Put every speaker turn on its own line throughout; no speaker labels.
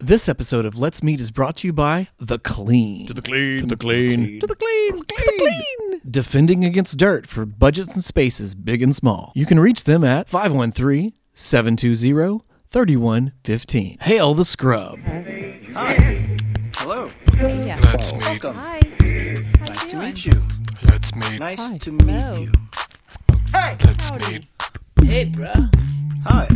This episode of Let's Meet is brought to you by The Clean.
To the clean, to the clean.
To the clean, to the clean. Defending against dirt for budgets and spaces big and small. You can reach them at 513-720-3115. Hail the scrub.
Hello.
Let's meet.
Welcome.
Hi.
Nice
How
to
you doing?
meet you.
Let's meet.
Nice
Hi.
to meet
Hello.
you.
Let's meet.
Hi.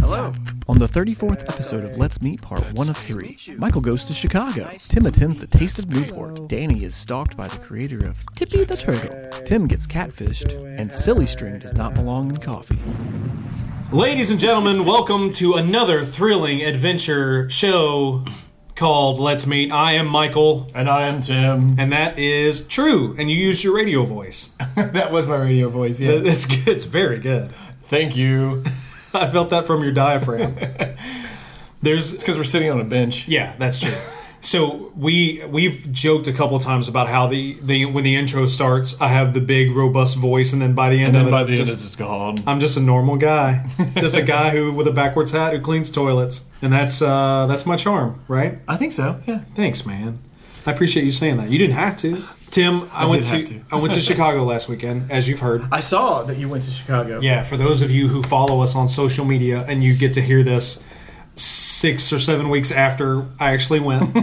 Hello.
On the 34th episode of Let's Meet Part 1 of 3, Michael goes to Chicago. Tim attends the Taste of Newport. Danny is stalked by the creator of Tippy the Turtle. Tim gets catfished, and Silly String does not belong in coffee.
Ladies and gentlemen, welcome to another thrilling adventure show called Let's Meet. I am Michael,
And I am Tim.
and that is true. And you used your radio voice.
that was my radio voice, yes.
It's good. It's very good.
Thank you.
I felt that from your diaphragm.
It's
There's
because we're sitting on a bench.
yeah, that's true. So we we've joked a couple times about how the, the when the intro starts, I have the big robust voice, and then by the
And
end
then
of
by
it,
the end,
just-
it's just gone.
I'm just a normal guy, just a guy who with a backwards hat who cleans toilets, and that's uh, that's my charm, right?
I think so, yeah.
Thanks, man. I appreciate you saying that. You didn't have to, Tim. I, went
did
to,
have to.
I went to Chicago last weekend, as you've heard.
I saw that you went to Chicago.
Yeah, for those of you who follow us on social media and you get to hear this six or seven weeks after I actually went,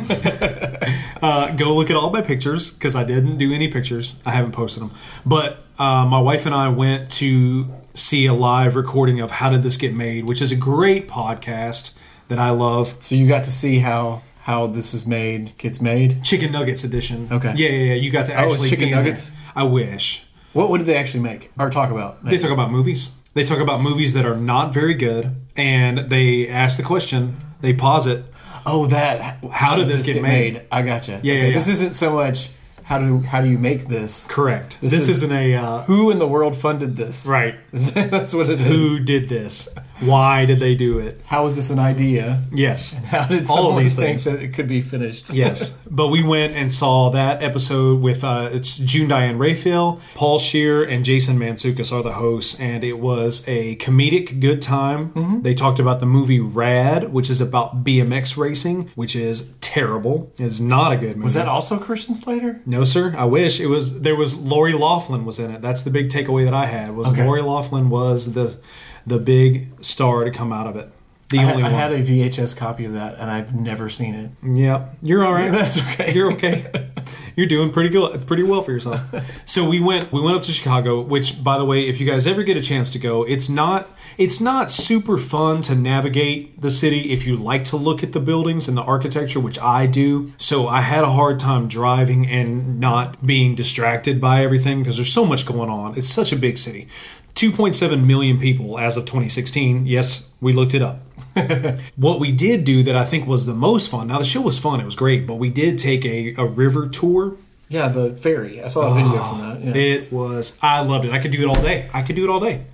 uh, go look at all my pictures because I didn't do any pictures. I haven't posted them. But uh, my wife and I went to see a live recording of How Did This Get Made, which is a great podcast that I love.
So you got to see how how this is made, gets made.
Chicken Nuggets edition.
Okay. Oh,
Yeah, yeah, yeah. You got to
it's
actually
chicken
be in there.
nuggets?
I wish.
What, what did they actually make or talk about?
They talk about movies. They talk about movies that are not very good, and they ask the question. They pause it.
oh, that.
How did this get made?
I gotcha.
Yeah, yeah,
Okay,
yeah.
This isn't so much how do how do you make this?
Correct.
This
This,
is-
is, not a uh,
Who in the world funded this?
right.
That's what it is.
Who did this? Why did they do it?
How is this an idea?
Yes.
How did
All of
someone
these
think
things.
that it could be finished?
yes. But we went and saw that episode with uh, it's June Diane Raphael, Paul Shear, and Jason Mansukas are the hosts, and it was a comedic good time.
Mm-hmm.
They talked about the movie Rad, which is about BMX racing, which is terrible. It's not a good movie.
Was that also Christian Slater?
No, sir. I wish it was. There was Lori Laughlin was in it. That's the big takeaway that I had was
Okay.
Lori Laughlin was the the big star to come out of it. The
I,
only
I
one.
had a VHS copy of that, and I've never seen it.
Yeah, you're all right.
That's okay.
You're okay. You're doing pretty good, pretty well for yourself. so we went, we went up to Chicago. Which, by the way, if you guys ever get a chance to go, it's not, it's not super fun to navigate the city if you like to look at the buildings and the architecture, which I do. So I had a hard time driving and not being distracted by everything because there's so much going on. It's such a big city. 2.7 million people as of 2016. Yes, we looked it up. What we did do that I think was the most fun. Now the show was fun; it was great, but we did take a, a river tour.
Yeah, the ferry. I saw a video from that. Yeah.
It was I loved it. I could do it all day. I could do it all day.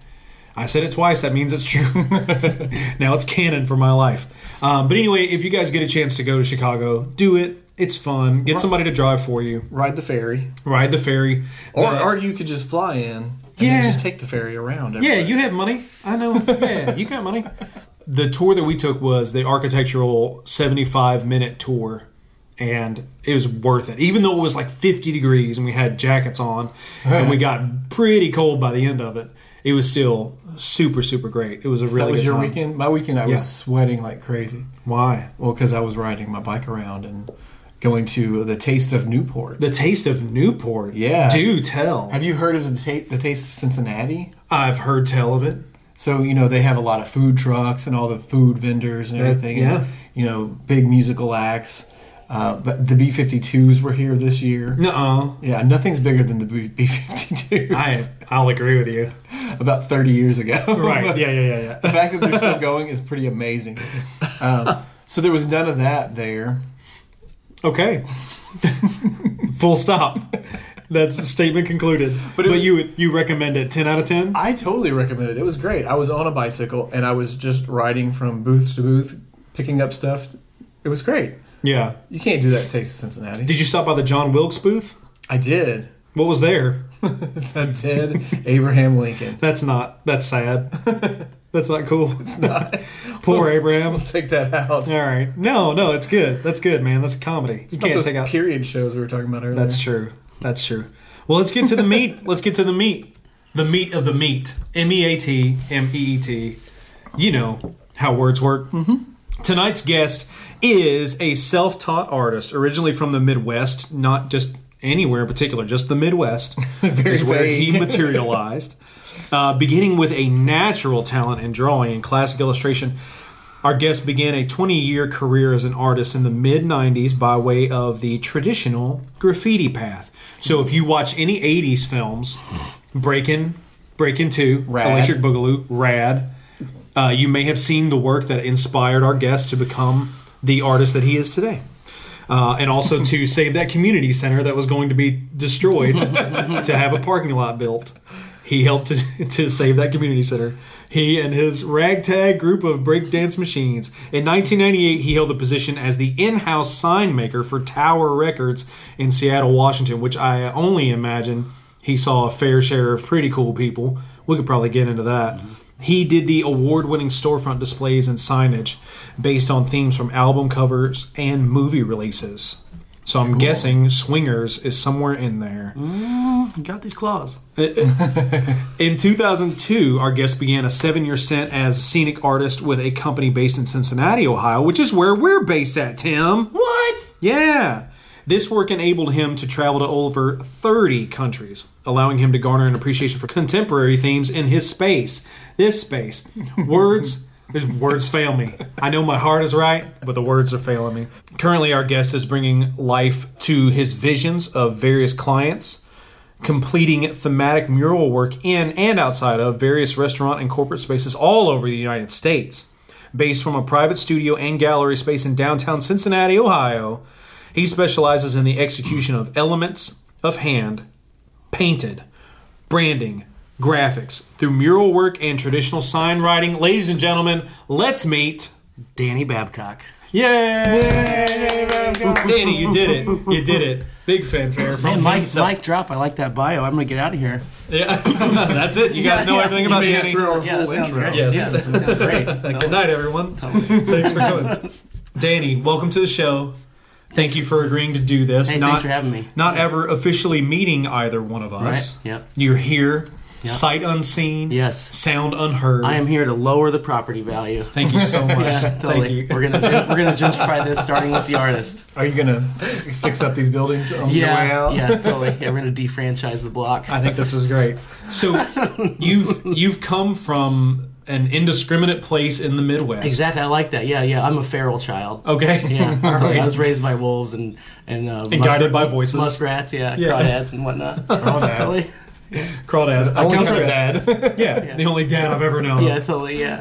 I said it twice. That means it's true. now it's canon for my life. Um, but anyway, if you guys get a chance to go to Chicago, do it. It's fun. Get somebody to drive for you.
Ride the ferry,
Ride the ferry.
or
The-
or you could just fly in and
Yeah.
then just take the ferry around.
Yeah,
everywhere.
you have money. I know. Yeah, you got money. The tour that we took was the architectural 75 minute tour, and it was worth it. Even though it was like 50 degrees and we had jackets on, and we got pretty cold by the end of it, it was still super, super great. It was a really
that was
good
your
time.
weekend. My weekend, I
Yeah.
was sweating like crazy.
Why?
Well, because I was riding my bike around and going to the Taste of Newport.
The taste of Newport.
Yeah.
Do tell.
have you heard of the, ta- the Taste of Cincinnati?
I've heard tell of it.
So you know they have a lot of food trucks and all the food vendors and everything. and,
yeah.
you know, big musical acts. Uh, but the B-52s were here this year.
Nuh uh.
Yeah, nothing's bigger than the B- B-52s.
I, I'll agree with you.
About 30 years ago.
Right. Yeah, yeah, yeah,
the
yeah.
fact that they're still going is pretty amazing. Um, so there was none of that there.
Okay. Full stop. That's a statement concluded. But,
it was-
you would- you recommend it ten out of ten?
I totally recommend it. It was great. I was on a bicycle and I was just riding from booth to booth, picking up stuff. It was great.
Yeah.
You can't do that at Taste of Cincinnati.
Did you stop by the John Wilkes booth?
I did.
What was there?
I did. Abraham Lincoln.
That's not. That's sad. That's not cool. It's not. Poor Abraham.
We'll take that out.
All right. No, no, it's good. That's good, man. That's comedy. You
It's not
can't
those
take out.
period shows we were talking about earlier.
That's true. That's true. Well, let's get to the meat. let's get to the meat. The meat of the meat. M E A T M E E T. You know how words work. Mm-hmm. Tonight's guest is a self taught artist, originally from the Midwest, not just anywhere in particular, just the Midwest is where he
vague.
materialized, uh, beginning with a natural talent in drawing and classic illustration. Our guest began a 20 year career as an artist in the mid 90s by way of the traditional graffiti path. So if you watch any 80s films, Breakin', Breakin' 2,
Rad.
Electric Boogaloo, Rad, uh, you may have seen the work that inspired our guest to become the artist that he is today. Uh, and also to save that community center that was going to be destroyed to have a parking lot built. He helped to, to save that community center. He and his ragtag group of breakdance machines. In 1998, he held the position as the in house sign maker for Tower Records in Seattle, Washington, which I only imagine he saw a fair share of pretty cool people. We could probably get into that. He did the award winning storefront displays and signage based on themes from album covers and movie releases. So I'm guessing Swingers is somewhere in there.
Got these claws.
In 2002, our guest began a seven year stint as a scenic artist with a company based in Cincinnati, Ohio, which is where we're based at, Tim.
What?
Yeah. This work enabled him to travel to over 30 countries, allowing him to garner an appreciation for contemporary themes in his space. This space. Words. his Words fail me. I know my heart is right, but the words are failing me. Currently, our guest is bringing life to his visions of various clients, completing thematic mural work in and outside of various restaurant and corporate spaces all over the United States. Based from a private studio and gallery space in downtown Cincinnati, Ohio, he specializes in the execution of elements of hand, painted, branding, graphics through mural work and traditional sign writing. Ladies and gentlemen, let's meet.
Danny Babcock.
Yay! Danny, you did it. You did it. Big fanfare from
Man, Mike,
himself.
Mike drop. I like that bio. I'm gonna get out of here.
Yeah, that's it. You guys
Yeah,
know
yeah.
everything about
made it
Danny.
through our
Yeah,
whole
that sounds
intro.
great.
Yes.
Yeah, that sounds great.
Good night, everyone. Thanks for coming. Danny, welcome to the show. Thank you for agreeing to do this.
Hey,
not,
thanks for having me.
Not ever officially meeting either one of
Right.
us.
Yep.
You're here,
Yep.
sight unseen,
Yes.
sound unheard.
I am here to lower the property value.
Thank you so much.
Yeah, totally.
Thank you.
We're gonna gen- we're gonna gentrify this, starting with the artist.
Are you gonna fix up these buildings on your way
Yeah,
out?
yeah, totally. Yeah, we're gonna defranchise the block.
I think this is great. So you've you've come from an indiscriminate place in the Midwest.
Exactly. I like that. Yeah, yeah. I'm a feral child.
Okay.
Yeah,
All
totally. I
right.
was raised by wolves and and, uh,
And guided by voices.
muskrats, yeah,
Yeah.
crawdads and whatnot.
Crawdads.
Totally.
Crawdads. I
only
count her
crawdads.
dad. yeah, The only dad I've ever known.
Yeah, totally. Yeah,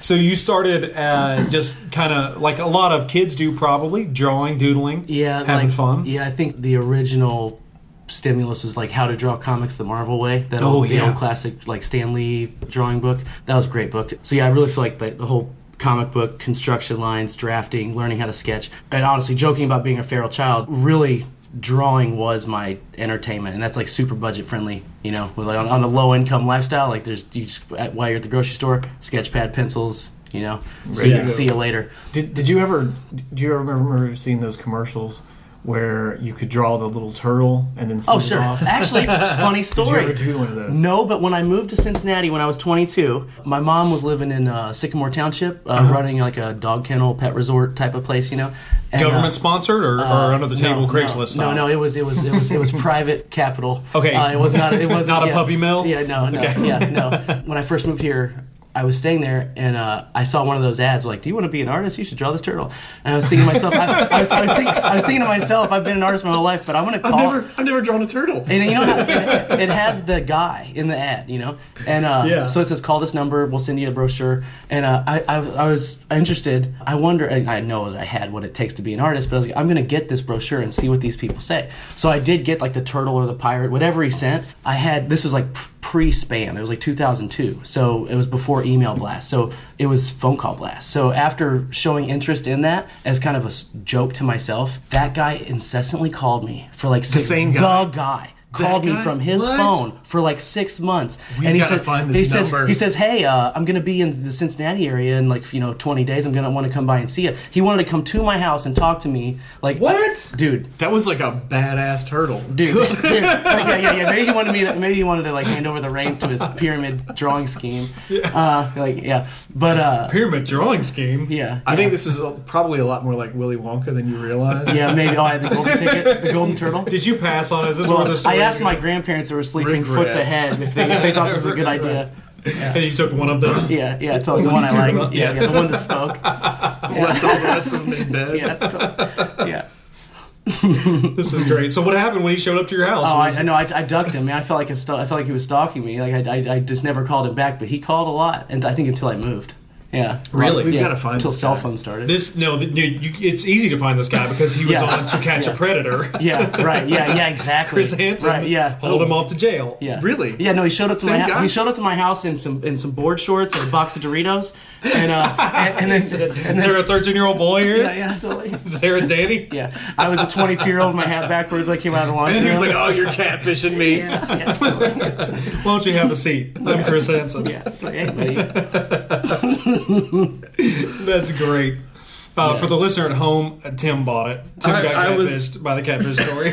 So you started uh, just kind of like a lot of kids do, probably drawing, doodling,
yeah.
having
like,
fun.
Yeah, I think the original stimulus is like how to draw comics the Marvel way. That
Oh,
old, the
yeah.
old classic like Stan Lee drawing book. That was a great book. So yeah, I really feel like the, the whole comic book construction lines, drafting, learning how to sketch, and honestly, joking about being a feral child really. Drawing was my entertainment, and that's like super budget friendly. You know, with like on, on the low income lifestyle, like there's you just at, while you're at the grocery store, sketch pad, pencils. You know, see,
Ready to go.
see you later.
Did, did you ever do you ever remember seeing those commercials where you could draw the little turtle and then
Oh,
send
sure.
it off?
Actually, funny
Did you
story.
ever do one of those?
No, but when I moved to Cincinnati when I was 22, my mom was living in uh, Sycamore Township, uh,
Uh-huh.
running like a dog kennel, pet resort type of place, you know. And, uh,
Government sponsored or, or under the
no,
table
no,
Craigslist?
No,
style?
no, it was it was it was it was private capital.
Okay.
uh, it was not it was
Not a puppy mill?
Yeah, no, no, yeah, no. When I first moved here, I was staying there and uh, I saw one of those ads like, "Do you want to be an artist? You should draw this turtle." And I was thinking to myself, I, I, was, I, was, thinking, I was thinking to myself, I've been an artist my whole life, but I want to call.
I've never I've never drawn a turtle.
And you know, how it, it has the guy in the ad, you know, and uh,
Yeah.
so it says, "Call this number, we'll send you a brochure." And uh, I, I, I was interested. I wonder. and I know that I had what it takes to be an artist, but I was like, "I'm going to get this brochure and see what these people say." So I did get like the turtle or the pirate, whatever he sent. I had this was like pre-spam. It was like 2002, so it was before email blast. So it was phone call blast. So after showing interest in that as kind of a s- joke to myself, that guy incessantly called me for like the
same guy.
the guy. called me
guy?
from his
What?
phone for like six months, and he
gotta
said,
find this
he
number.
says, he says, hey, uh, I'm gonna be in the Cincinnati area in like you know 20 days. I'm gonna want to come by and see you. He wanted to come to my house and talk to me. Like uh,
What?
dude?
That was like a badass turtle.
Dude, dude. Like, yeah, yeah, yeah. Maybe he wanted me. To, maybe he wanted to like hand over the reins to his pyramid drawing scheme. Uh, like, yeah, but uh,
Pyramid drawing scheme.
yeah.
I think this is a- probably a lot more like Willy Wonka than you realize.
Yeah, maybe. Oh, I had the golden ticket, the golden turtle.
Did you pass on? it? Is this where the
Well,
story
I asked my grandparents who were sleeping foot to
Regrets.
head if they, if they thought this was a good idea.
And you took one of them.
Yeah, yeah, it's like the one I like. Yeah,
Yeah.
yeah, the one that spoke.
Left all the rest of them in bed.
Yeah, totally. yeah.
This is great. So what happened when he showed up to your house?
Oh, I,
Was-
I know. I, I ducked him. Man, I felt like a st- I felt like he was stalking me. Like I, I, I just never called him back, but he called a lot, and I think until I moved. Yeah,
Really?
We've
Yeah,
gotta find
until
this
cell
guy.
phone started.
This no, th- you, you, it's easy to find this guy because he was
Yeah.
on to catch a predator.
yeah, right. Yeah, yeah, exactly.
Chris Hansen.
Right. Yeah.
Hauled him off to jail.
Yeah.
Really?
Yeah. No, he showed up to
Same
my
guy?
house. He showed up to my house in some in some board shorts and a box of Doritos, and uh, and, and then and
Is
then
there a 13 year old boy here? Is
yeah, yeah, totally.
there a Danny?
Yeah, I was a 22 year old. with My hat backwards. I came out of the laundry.
And he was
room.
like, "Oh, you're catfishing me."
yeah, yeah, totally.
Why don't you have a seat? I'm Chris Hansen.
yeah. It's like, hey, buddy.
That's great. Uh, For the listener at home, uh, Tim bought it. Tim
I-
got
I was-
catfished by the catfish story.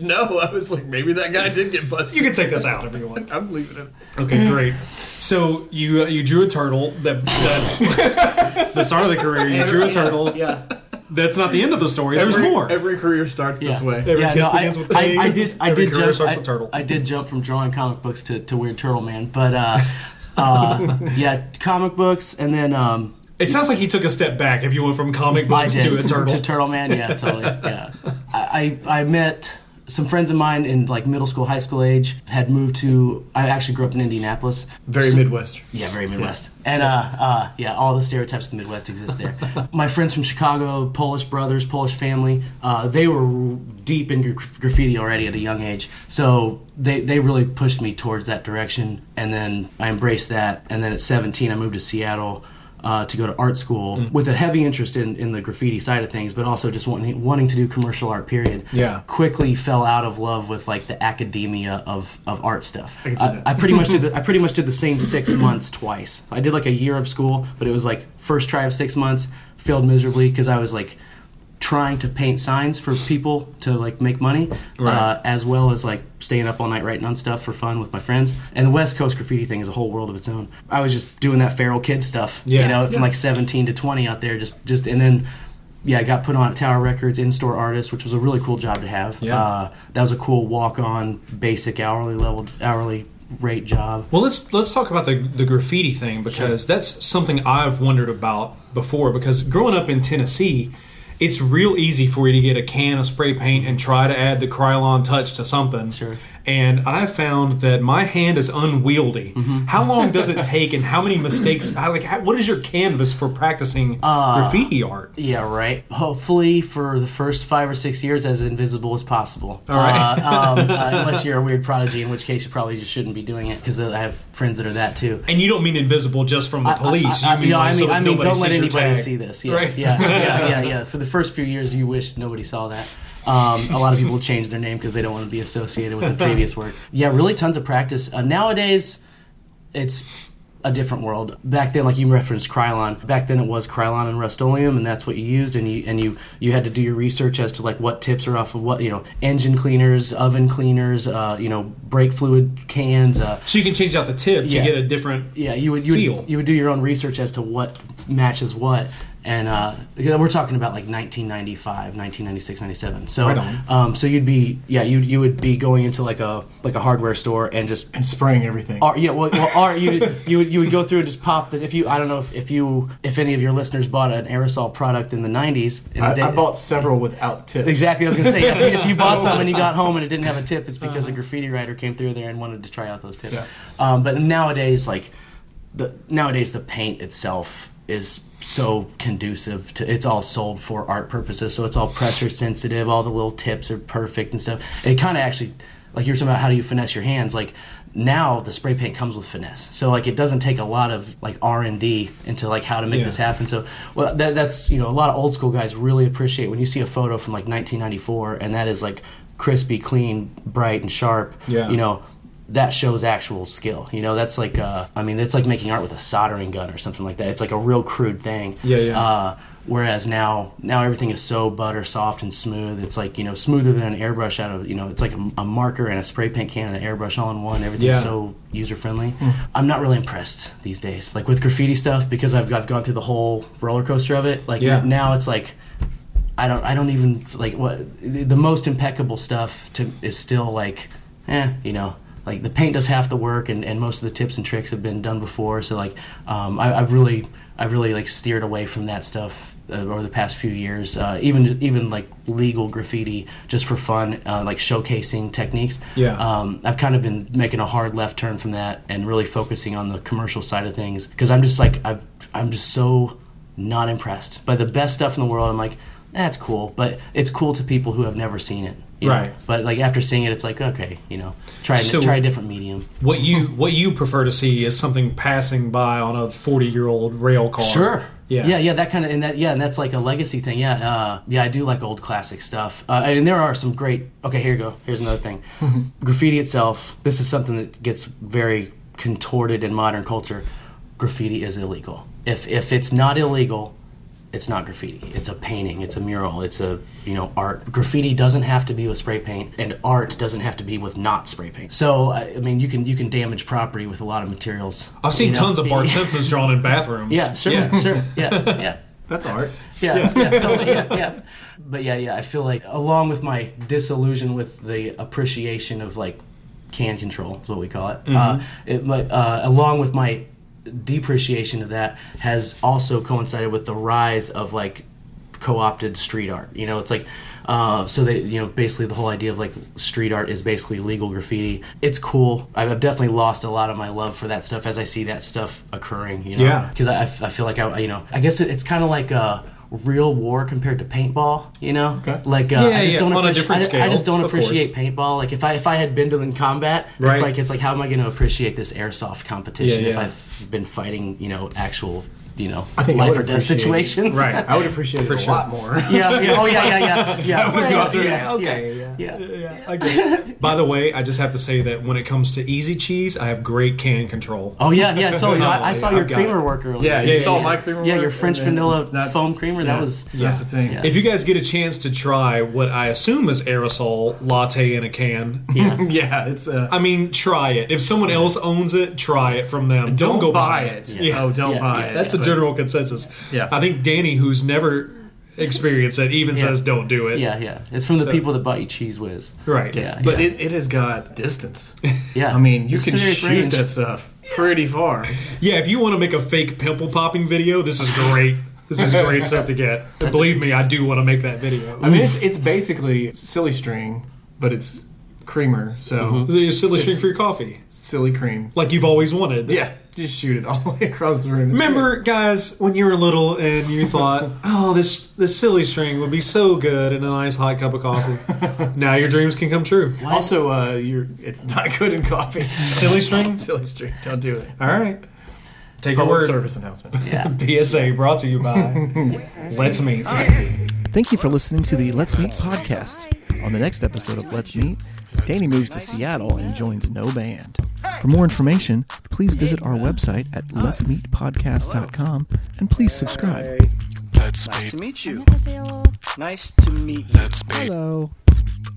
No, I was like, maybe that guy did get busted.
you can take this out if you want.
I'm leaving it.
Okay, great. So you uh, you drew a turtle. That, that the start of the career. You drew a turtle.
Yeah.
That's not the end of the story. There's
every,
more.
Every career starts
Yeah.
this way.
Every
yeah,
kiss
no,
begins
I,
with
I,
pig.
I did. I
Every
did
career
jump.
starts
I,
with turtle.
I did jump from drawing comic books to, to weird turtle man, but uh, uh, yeah, comic books, and then um,
It sounds like he took a step back. If you went from comic books
I
to a
did.
turtle,
To Turtle Man, yeah, totally. Yeah. I, I I met some friends of mine in like middle school, high school age, had moved to I actually grew up in Indianapolis.
Very
So-
Midwestern.
Yeah, very Midwest. And uh, uh, yeah, all the stereotypes of the Midwest exist there. My friends from Chicago, Polish brothers, Polish family, uh, they were deep in gra- graffiti already at a young age. So they, they really pushed me towards that direction. And then I embraced that. And then at 17, I moved to Seattle. Uh, to go to art school with a heavy interest in, in the graffiti side of things, but also just wanting wanting to do commercial art. Period.
Yeah.
Quickly fell out of love with like the academia of, of art stuff.
can see
I-
that.
I pretty much did. The, I pretty much did the same six months twice. I did like a year of school, but it was like first try of six months, failed miserably because I was like trying to paint signs for people to like make money,
Right.
uh, as well as like staying up all night writing on stuff for fun with my friends. And the West Coast graffiti thing is a whole world of its own. I was just doing that feral kid stuff,
Yeah.
you know, from like 17 to 20 out there, just just and then. Yeah, I got put on at Tower Records, in-store artist, which was a really cool job to have.
Yeah.
Uh, that was a cool walk-on, basic hourly level, hourly rate job.
Well, let's let's talk about the the graffiti thing because that's something I've wondered about before. Because growing up in Tennessee, it's real easy for you to get a can of spray paint and try to add the Krylon touch to something.
Sure.
And I found that my hand is unwieldy.
Mm-hmm.
How long does it take, and how many mistakes? How, like, how, what is your canvas for practicing
Uh,
graffiti art?
Yeah, right. Hopefully, for the first five or six years, as invisible as possible. All
right.
uh, um, uh, unless you're a weird prodigy, in which case you probably just shouldn't be doing it because I have friends that are that too.
And you don't mean invisible just from the police.
I, I,
you mean,
yeah,
like,
I mean,
so that
I mean
nobody
don't let
sees your
anybody
tag.
see this. Yeah,
Right.
yeah, yeah, yeah, yeah. For the first few years, you wish nobody saw that. Um, a lot of people change their name because they don't want to be associated with the previous work. Yeah, really tons of practice. Uh, nowadays, it's a different world. Back then, like you referenced Krylon, back then it was Krylon and Rust-Oleum, and that's what you used. And you and you you had to do your research as to like what tips are off of what you know engine cleaners, oven cleaners, uh, you know brake fluid cans. Uh,
So you can change out the tip
Yeah.
to get a different.
yeah, you would you
Feel.
would, you would do your own research as to what matches what, and uh, we're talking about like 1995, 1996, 97. So,
Right on.
um, so you'd be yeah, you you would be going into like a like a hardware store and just
And spraying everything.
art, yeah, well, well art you you would, you would go through and just pop the if you I don't know if, if you if any of your listeners bought an aerosol product in the 90s. In the
I,
day-
I bought several without tips.
Exactly, I was gonna say. If you, if you bought something and you got home and it didn't have a tip, it's because a graffiti writer came through there and wanted to try out those tips. Um, but nowadays, like the nowadays, the paint itself is so conducive to it's all sold for art purposes, so it's all pressure sensitive. All the little tips are perfect and stuff. It kind of actually, like you were talking about, how do you finesse your hands? Like now the spray paint comes with finesse, so like it doesn't take a lot of like R and D into like how to make
Yeah.
this happen happen. So, well, that, that's you know, a lot of old school guys really appreciate when you see a photo from like 1994, and that is like crispy, clean, bright, and sharp.
Yeah.
You know, that shows actual skill. You know, that's like uh, I mean, that's like making art with a soldering gun or something like that. It's like a real crude thing.
Yeah, yeah.
Uh, whereas now, now everything is so butter soft and smooth. It's like you know, smoother than an airbrush out of you know, it's like a, a marker and a spray paint can and an airbrush all in one. Everything's
Yeah.
so user friendly.
Hmm.
I'm not really impressed these days, like with graffiti stuff, because I've I've gone through the whole roller coaster of it. Like
Yeah.
now, it's like. I don't. I don't even like what the the most impeccable stuff to is still like, eh, you know, like the paint does half the work, and, and most of the tips and tricks have been done before. So like, um, I, I've really, I've really like steered away from that stuff uh, over the past few years. Uh, even even like legal graffiti, just for fun, uh, like showcasing techniques.
Yeah.
Um, I've kind of been making a hard left turn from that and really focusing on the commercial side of things because I'm just like I've, I'm just so not impressed by the best stuff in the world. I'm like that's cool, but it's cool to people who have never seen it. you know?
Right.
But like after seeing it, it's like okay, you know, try
So-
try a different medium.
What you what you prefer to see is something passing by on a forty year old rail car.
Sure.
Yeah.
Yeah. Yeah. That kind of and that yeah, and that's like a legacy thing. Yeah. Uh, yeah. I do like old classic stuff, uh, and there are some great. Okay, here you go. Here's another thing. graffiti itself. This is something that gets very contorted in modern culture. Graffiti is illegal. If if it's not illegal, it's not graffiti. It's a painting. It's a mural. It's a you know art. Graffiti doesn't have to be with spray paint, and art doesn't have to be with not spray paint. So I I mean, you can you can damage property with a lot of materials.
I've seen
you know?
tons of Bart Simpsons drawn in bathrooms.
Yeah, sure,
Yeah.
sure, yeah, yeah.
That's art.
Yeah, yeah, totally, yeah, yeah. But yeah, yeah, I feel like along with my disillusion with the appreciation of like can control is what we call it. Uh, it like, uh, along with my depreciation of that has also coincided with the rise of like co-opted street art. You know, it's like uh, so they you know basically the whole idea of like street art is basically legal graffiti. It's cool. I've I've definitely lost a lot of my love for that stuff as I see that stuff occurring. You know,
Yeah.
because I, I feel like I you know I guess it, it's kind of like a real war compared to paintball. You know,
Okay.
like uh,
Yeah,
I just
yeah,
don't
on a
appreci-
different
I, I
scale,
just don't
of course.
appreciate paintball. Like if I if I had been to in combat,
Right.
it's like it's like how am I going to appreciate this airsoft competition
Yeah,
if
yeah.
I've been fighting you know actual you know
think I
life
would
or death
appreciate it.
situations?
Right.
I would appreciate it
For
a
sure.
lot more.
yeah, yeah. Oh yeah. Yeah. Yeah. Yeah.
would
yeah,
go
yeah,
through
yeah,
that. Okay,
Yeah. yeah.
Yeah, I get it. By the way, I just have to say that when it comes to easy cheese, I have great can control.
Oh yeah. Yeah. Totally. No, I, I
No,
saw
I've
your
got
creamer
it.
work earlier.
Yeah,
yeah,
you saw
yeah.
my creamer.
Yeah, your
work,
French
and then
vanilla
it's not-
foam creamer. That
yeah,
was
not the thing.
Yeah.
If you guys get a chance to try what I assume is aerosol latte in a can,
yeah.
Yeah, it's. Uh,
I mean, try it. If someone else owns it, try it from them. Don't,
don't
go
buy it.
Yeah.
Oh, don't
Yeah,
buy
yeah.
it.
That's a
But-
general consensus.
Yeah.
I think Danny, who's never experienced it, even
Yeah.
says don't do it.
Yeah, yeah. It's from the
So-
people that bought you Cheese Whiz.
Right.
Yeah.
But it, it has got distance.
Yeah.
I mean, you
It's
can
serious
shoot
range.
that stuff pretty far.
Yeah, if you want to make a fake pimple popping video, this is great. this is great stuff to get. And believe me, I do want to make that video.
I mean, it's it's basically silly string, but it's creamer, so
Mm-hmm.
Is it a silly string for your coffee,
silly cream.
like you've always wanted.
Yeah, just shoot it all the way across the room. It's
Remember, guys, when you were little and you thought, "Oh, this this silly string would be so good in a nice hot cup of coffee." now your dreams can come true.
great. Also, uh, you're it's not good in coffee.
Silly string.
silly string, don't do it.
All right. Take a
Public
word.
service announcement.
Yeah.
PSA brought to you by Let's Meet.
Thank you for listening to the Let's Meet podcast. On the next episode of Let's Meet, Danny moves to Seattle and joins No Band. For more information, please visit our website at letsmeetpodcast.com and please subscribe.
Let's
Nice
meet.
to meet you.
안녕하세요.
Nice to meet you.
Let's meet.
Hello.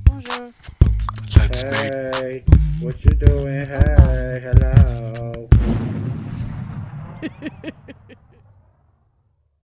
Bonjour.
Let's meet.
Hey, what you doing? Hey, hello.